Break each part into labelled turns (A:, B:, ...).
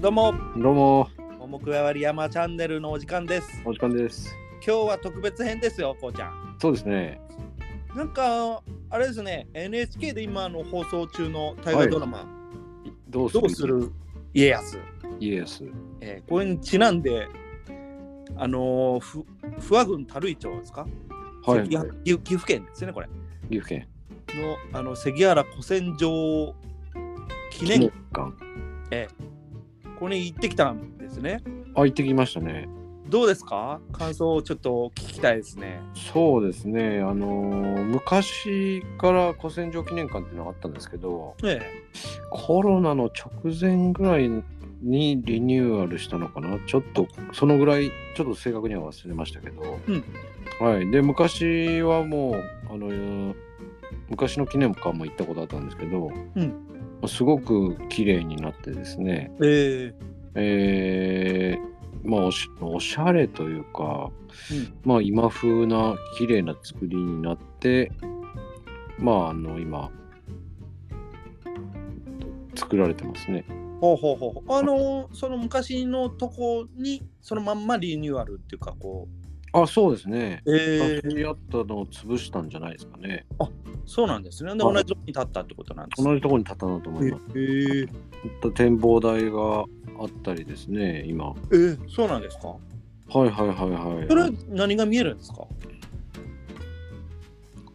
A: どうも、
B: どうも、
A: 桃くわわり山チャンネルのお時間です。
B: お時間です。
A: 今日は特別編ですよ、こうちゃん。
B: そうですね。
A: なんか、あれですね、NHK で今あの放送中の大河ドラマ、
B: どうす
A: ど
B: る
A: うする家康。
B: イエス。
A: えーこれにちなんで、あのー、ふ不破郡樽井町ですか、
B: はい、
A: 関ヶ岐岐阜県ですね、これ。
B: 岐阜県。
A: のあの関原古戦場記念
B: 記念館
A: これに行ってきたんですね。
B: あ、行ってきましたね。
A: どうですか感想をちょっと聞きたいですね。
B: そうですね。あのー昔から古戦場記念館っていうのがあったんですけど、
A: え
B: コロナの直前ぐらいにリニューアルしたのかな。ちょっと、そのぐらい、ちょっと正確には忘れましたけど。
A: うん
B: はい。で、昔はもう、あのー昔の記念館も行ったことあったんですけど、
A: うん
B: すごく綺麗になってですね、
A: ええ
B: えーまあおしおしゃれというか、
A: うん
B: まあ今風な綺麗な作りになってまああの今作られてますね
A: ほうほうほうほう。あのーその昔のとこにそのまんまリニューアルっていうかこ
B: あそうですね
A: う。ええ
B: 昔にあったのを潰したんじゃないですかね
A: そうなんですね。で
B: は
A: 同
B: い
A: じとこに立ったってことなんです
B: 同
A: ね。
B: じところに立たなと思います、
A: ええ
B: 展望台があったりですね今は
A: ええそうなんですか。
B: いはいはいはい
A: それ何が見えるんですか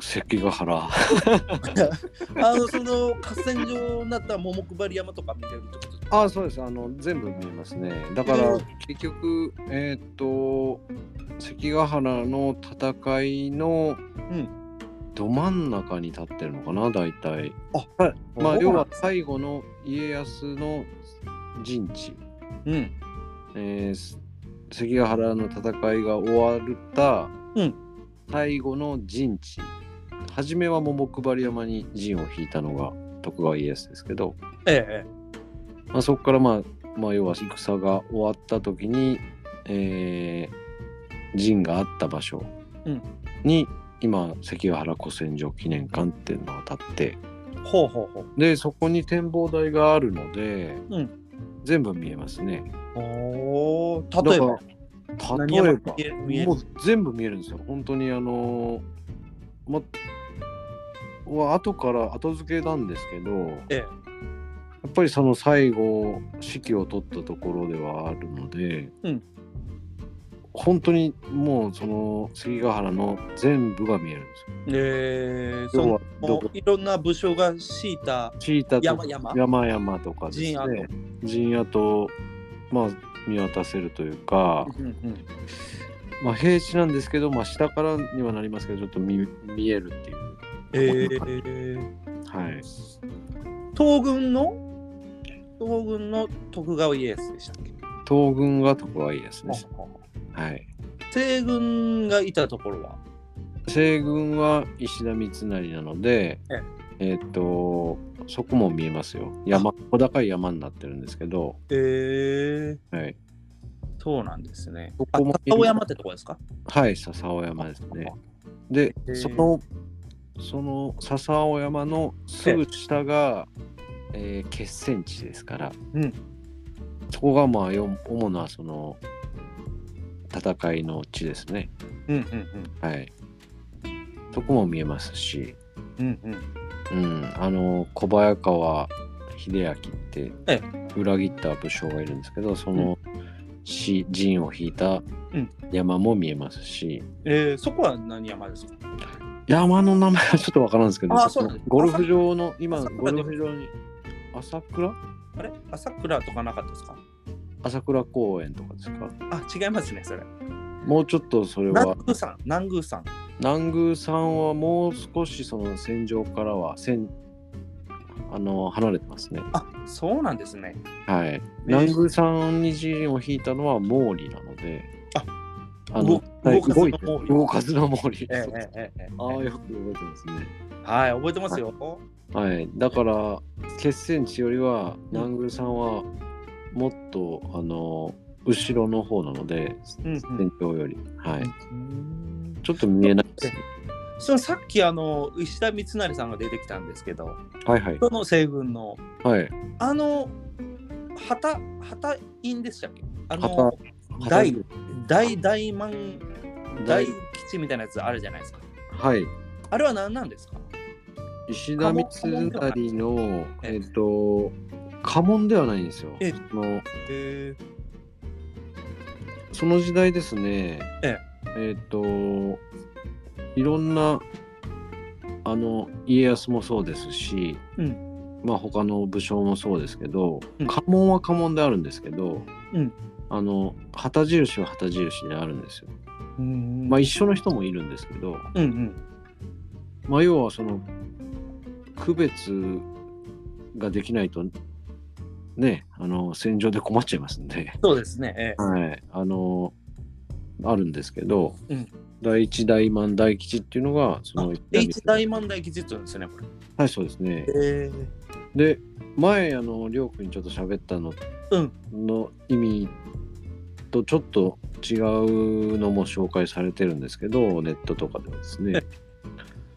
B: 関ヶ原
A: あのその合戦場になった桃配山とか見れるってことですか
B: あそうですあの全部見えますねだか
A: う
B: ら
A: ん
B: 結局えーっ、と関ヶ原の戦いの
A: ん
B: ど真ん中に立ってるのかな大体
A: あ、
B: まあ
A: そう
B: 要
A: なん
B: は最後の家康の陣地、
A: うん。
B: えーす関ヶ原の戦いが終わった
A: うん
B: 最後の陣地、初めは桃配山に陣を引いたのが徳川家康ですけど、
A: ええ
B: まあ、そこから、まあ、まあ要は戦が終わった時に、えー陣があった場所
A: うん
B: に、今関ヶ原古戦場記念館っていうのが建って
A: ええほうほうほう。
B: でそこに展望台があるので、
A: うん
B: 全部見えますね。
A: おお、例えば。
B: だから
A: 何
B: 例
A: 山
B: え
A: 見える見える
B: ばもう全部見えるんですよ本当にあのーまは後から後付けなんですけどや
A: ええ
B: っぱりその最後指揮を取ったところではあるので、
A: うん
B: 本当にもうその関ヶ原の全部が見えるんですよ。
A: ええそ
B: 要は
A: の
B: どこ
A: いろんな武将が敷いた
B: チータと
A: 山々
B: 山々とかです
A: 陣跡
B: ね陣跡まあ見渡せるというか、
A: うんうん
B: まあ、平地なんですけど、まあ、下からにはなりますけどちょっと見見えるっていう、
A: ええ
B: はい、
A: 東軍の東軍の徳川家康でしたっけ
B: 東軍が徳川家康です、はい、
A: 西軍がいたところは
B: 西軍は石田三成なので
A: え
B: えーっとそこも見えますよ山小高い山になってるんですけど、
A: ええ
B: はい、
A: そうなんですね。
B: そ
A: あ、
B: こも
A: 高尾山ってとこですか
B: はい笹尾山ですねで
A: えー
B: そのその笹尾山のすぐ下が、えー決戦地ですから、
A: うん
B: そこがまあよ主なその戦いの地ですね
A: うんうん
B: はいそこも見えますし、
A: うんうんうん。
B: うん、あの小早川秀明って
A: え
B: 裏切った武将がいるんですけどその、し陣を引いた
A: うん
B: 山も見えますし、
A: ええそこは何山ですか
B: 山の名前はちょっとわからんですけど、
A: あ
B: そ
A: そ
B: こ
A: うなんだ
B: ゴルフ場の、今、
A: 朝倉
B: ゴルフ場に、朝倉
A: あれ朝倉とかなかったですか
B: 朝倉公園とかですか
A: あ、違いますね、それ。
B: もうちょっとそれ
A: 南
B: は、
A: 宮山、南宮山。
B: 南宮さんはもう少しその戦場からは、戦あの、離れてますね。
A: あ、そうなんですね。
B: はい。南宮さんに陣を引いたのは毛利なので、
A: あ
B: あの、はい
A: 動
B: 動
A: い
B: い
A: て
B: て
A: る
B: 動かずの毛利。
A: ええええええ
B: ああ、よく覚えてますね。
A: はい、覚えてますよ。
B: はい、だから決戦地よりは南宮さんはもっとあの後ろの方なので
A: うんうん
B: 戦場より、はい、
A: うん
B: ちょっと見えないですね。
A: そのさっきあの石田三成さんが出てきたんですけど、
B: はいはい
A: その西軍の
B: はい
A: あの旗旗院でしたっけあの
B: 旗
A: 大
B: 旗
A: 大大満大
B: 大
A: 基地みたいなやつあるじゃないですか
B: はい
A: あれは何なんですか
B: 石田三成のえっと家紋ではないんですよ
A: ええ
B: その
A: え
B: その時代ですね
A: え
B: えっといろんなあの家康もそうですし、
A: う
B: まあ他の武将もそうですけど、
A: うん
B: 家紋は家紋であるんですけど、
A: うん
B: あの旗印は旗印であるんですよ。
A: うん
B: まあ一緒の人もいるんですけど、
A: うんうん
B: まあ、要はその区別ができないとねあの戦場で困っちゃいますんで、
A: そうですねえ
B: はい、あのあるんですけど、
A: うん
B: 第一大満大吉っていうのがそ
A: あ
B: の
A: 一大満大基地って言うんですねこれ
B: はいそうですね
A: え
B: で前あの亮君にちょっと喋ったの
A: うん
B: の意味とちょっと違うのも紹介されてるんですけどネットとかではですね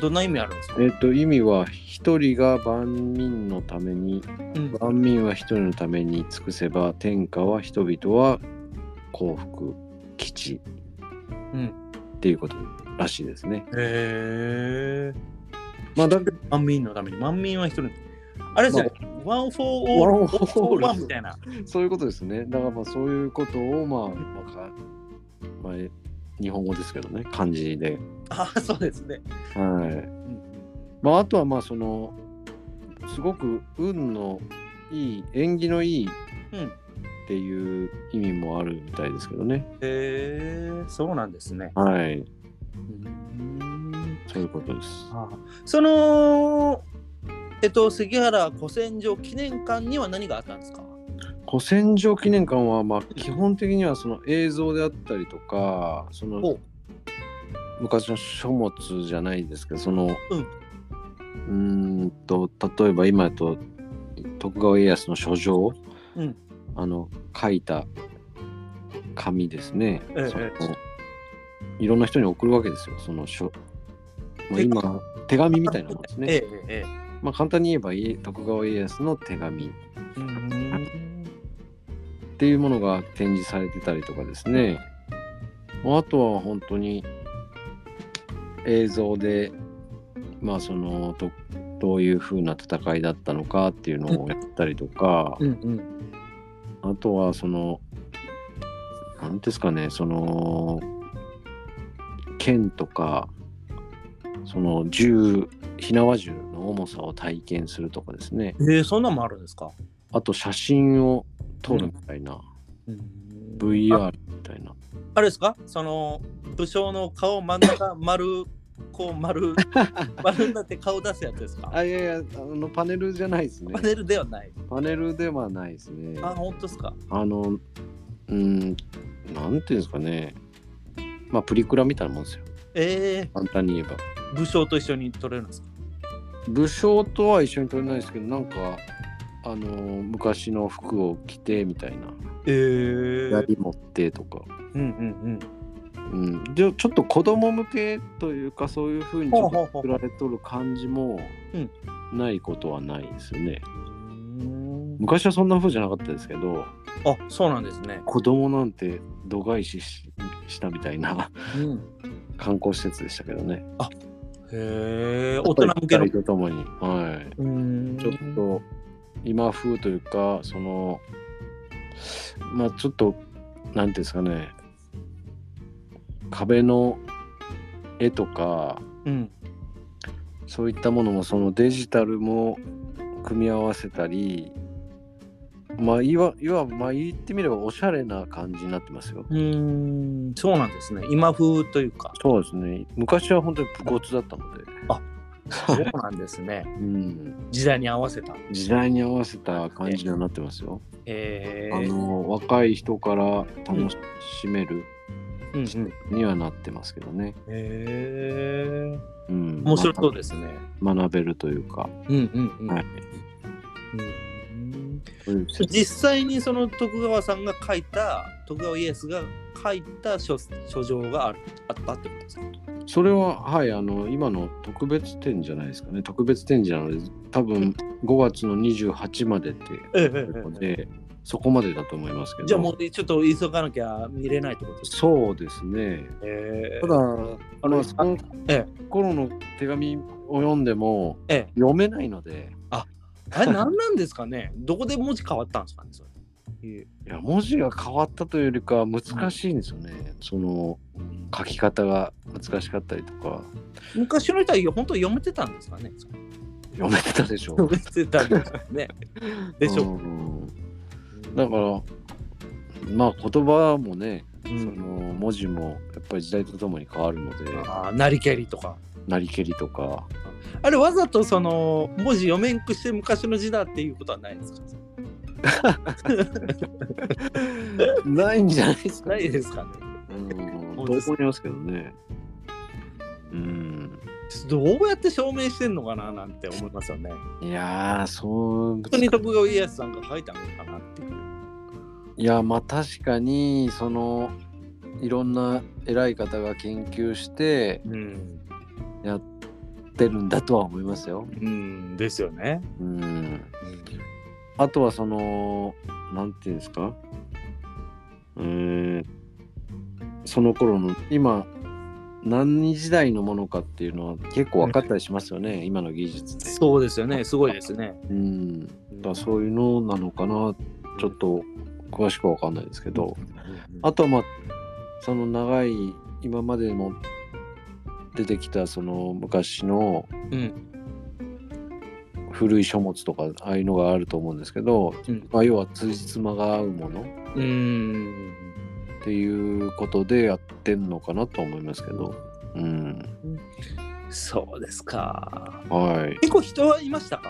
A: どんな意味あるんですか
B: えっと意味は一人が万民のために
A: うん
B: 万民は一人のために尽くせば天下は人々は幸福基地、
A: うん
B: っていうことらしいですね。
A: え
B: まあだ
A: 万民のために万民は一人あれですね、ワン・フォー・オール・
B: One
A: フ
B: for
A: ォー・ワ
B: all
A: ンみたいな
B: そういうことですね。だからまあそういうことをまあ、まあかまあ日本語ですけどね漢字で。
A: ああそうですね
B: はい
A: うん
B: まあ、あとはまあそのすごく運のいい縁起のいい
A: うん
B: っていう意味もあるみたいですけどね。
A: へえそうなんですね
B: はい
A: うん
B: そういうことです。
A: ああそのえっと関原古戦場記念館には何があったんですか
B: 古戦場記念館はまあ基本的にはその映像であったりとかその
A: お
B: 昔の書物じゃないですけどそ
A: う
B: の
A: ん
B: うーんと例えば今だと徳川家康の書状、
A: うん
B: あの書いた紙ですね、
A: ええ
B: そのいろんな人に送るわけですよその書、
A: 手
B: まあ、
A: 紙
B: 今手紙みたいなものですね、
A: ええええ
B: まあ、簡単に言えば家徳川家康の手紙
A: うん
B: っていうものが展示されてたりとかですね、あとは本当に映像でまあそのどどういう風な戦いだったのかっていうのをやったりとか、
A: うんうん
B: あとはその何ですかねその剣とかその銃火縄銃の重さを体験するとかですね
A: ええそんなんもあるんですか
B: あと写真を撮るみたいな、
A: うんあ
B: VR みたいな。
A: あれですかその武将の顔真ん中丸こう 丸丸になって顔出すやつですか
B: あいやいやあのパネルじゃないですね
A: パ。ネルではない
B: パネルではないですね。
A: あ
B: あ
A: 本当ですか
B: のうーんなんていうんですかね。まあプリクラみたいなもんですよ。
A: ええ
B: 簡単に言えば。
A: 武将と一緒に撮れるんですか
B: 武将とは一緒に撮れないですけどなんかあの昔の服を着てみたいな。
A: ええ
B: 槍持ってとか。
A: うんうん
B: うん、でちょっと子供向けというかそういうふうに
A: ほ
B: ち
A: う
B: ょ
A: ほ
B: っ
A: うほう
B: と作られとる感じも
A: うん
B: ないことはないですよね。
A: うんうーん
B: 昔はそんな風じゃなかったですけ
A: あ
B: ど。
A: そうなんですね
B: 子供なんて度外視ししたみたいな
A: うん
B: 観光施設でしたけどね。
A: へえ大人向けの
B: やっぱりとともに、は
A: うーん
B: い、ちょっと今風というかそのまあちょっとなんていうんですかね壁の絵とか
A: うん
B: そういったものもそのデジタルも組み合わせたりまあいわいわばまあ言ってみればおしゃれな感じになってますよ。
A: うーんそうなんですね今風というか
B: そうですね昔は本当に武骨だったので。
A: そうなんですね
B: うん、
A: 時代に合わせた
B: 時代に合わせた感じにはなってますよ。
A: ええ
B: あの若い人から楽しめる
A: うんうん
B: にはなってますけどね。
A: へえ
B: うん、
A: 面白そうですね。
B: ま学べるというか。
A: うんうんうん。
B: はい
A: うん
B: そういう
A: 実際にその徳川さんが書いた徳川家康が書いた書書状があるあったってことですか
B: それははいあの今の特別展じゃないですかね特別展示なので多分5月の28までって
A: ええ
B: ことでそこまでだと思いますけど
A: じゃあもうちょっと急がなきゃ見れないってことですか
B: そうですね
A: え
B: ただあのその
A: え
B: 頃の手紙を読んでも
A: えええ
B: 読めないので
A: あれ何なんですかねどこで文字変わったんですかねそれえ
B: いや文字が変わったというよりかは難しいんですよね、その書き方が難しかったりとか
A: 昔の人は本当読めてたんですかね
B: 読めてたでしょ
A: 読 めてたんですよねでしょ
B: うんだからまあ言葉もね、
A: う
B: そ
A: ん
B: の文字もやっぱり時代とともに変わるので
A: あーなりけりとか
B: なりけりとか
A: あれわざとその文字読めんくして昔の字だっていうことはないですか
B: ないんじゃないですか、
A: ないですかね
B: うん、
A: 本
B: どう
A: 当です
B: 思いますけどねうん
A: どうやって証明してんのかななんて思いますよね
B: いやーそう
A: 本当に徳川家康さんが書いたのかなっていう
B: いやまあ確かにそのいろんな偉い方が研究して
A: うん、
B: 出るんだとは思いますよ。
A: うん、ですよね、
B: うんあとはそのなんていうんですかうーんその頃の今何時代のものかっていうのは結構分かったりしますよね今の技術って。
A: そうですよねすごいですね
B: うんだからそういうのなのかなちょっと詳しくは分かんないですけど。あとはまあその長い今までも出てきたその昔の
A: うん
B: 古い書物とかああいうのがあると思うんですけど、
A: うん
B: まあ、要は通じつまが合うもの
A: うん
B: っていうことでやってんのかなと思いますけど、うん、
A: そうですか
B: はい
A: 結構人はいましたか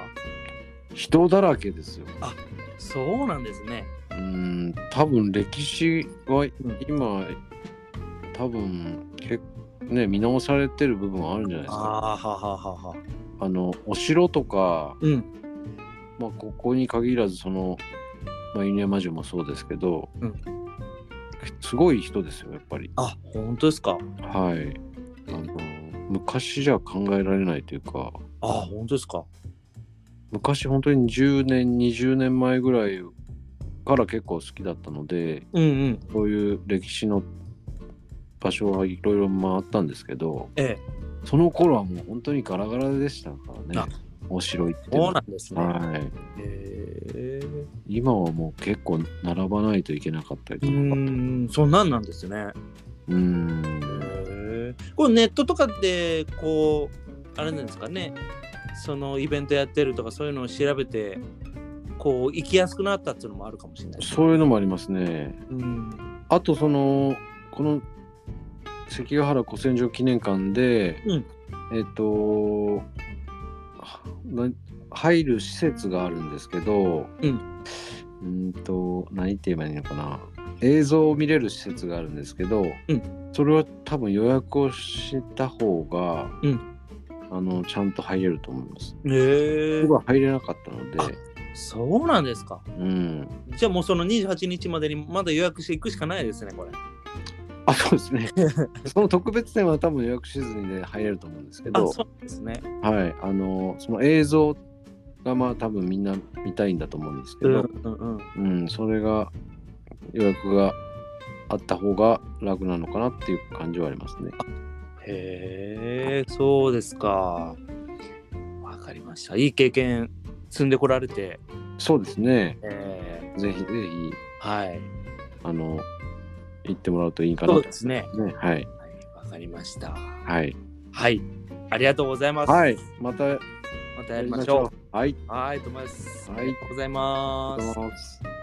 B: 人だらけですよ。
A: そうなんですね
B: うん多分歴史は今、多分結ね見直されてる部分はあるんじゃないですか。
A: あーはははは
B: あのお城とか
A: うん
B: まあ、ここに限らずその、まあ、犬山城もそうですけど、
A: うん
B: すごい人ですよやっぱり
A: あ本当ですか
B: はいあの昔じゃ考えられないというか
A: あ本当ですか
B: 昔本当に10年20年前ぐらいから結構好きだったので
A: うんうん
B: そういう歴史の場所はいろいろ回ったんですけど
A: ええ
B: その頃はもう本当にガラガラでしたから
A: あ
B: ね面白いっていう
A: そう
B: の
A: なんですね
B: は、はい、
A: へえ
B: 今はもう結構並ばないといけなかったり
A: う
B: とか、
A: ーんそんなんなんですね
B: うーん
A: へえこれネットとかでこうあれなんですかねそのイベントやってるとかそういうのを調べてこう行きやすくなったっていうのもあるかもしれないですね
B: そういうのもありますね。
A: うん
B: あとそのこの関ヶ原古戦場記念館で、
A: うん
B: えっ、とはな入る施設があるんですけど、
A: う
B: うーんと何て言えばいいのかな映像を見れる施設があるんですけど、
A: うん
B: それは多分予約をした方が、
A: うん
B: あのちゃんと入れると思います。
A: へえ
B: 僕は入れなかったので、
A: そうなんですか
B: うん、
A: じゃあもうその28日までにまだ予約していくしかないですねこれ
B: あそうで すねその特別展は多分予約しずにで入れると思うんですけ
A: あ
B: ど
A: そうなんですね
B: はいあのその映像がまあ多分みんな見たいんだと思うんですけ
A: うんう
B: ど、
A: んうん
B: うんそれが予約があった方が楽なのかなっていう感じはありますね
A: へえそうですかわかりましたいい経験積んでこられて
B: そうですね
A: え
B: ぜひぜひ
A: ーはい
B: あの行ってもらうといいかな
A: そう
B: と
A: ですね
B: ねはい
A: はいわかりました
B: はい
A: はいありがとうございます
B: はいまたや
A: またやりましょ
B: うはいう
A: はいと思います
B: はい
A: ありがとうござい
B: あ
A: ま
B: りが
A: す
B: とうございます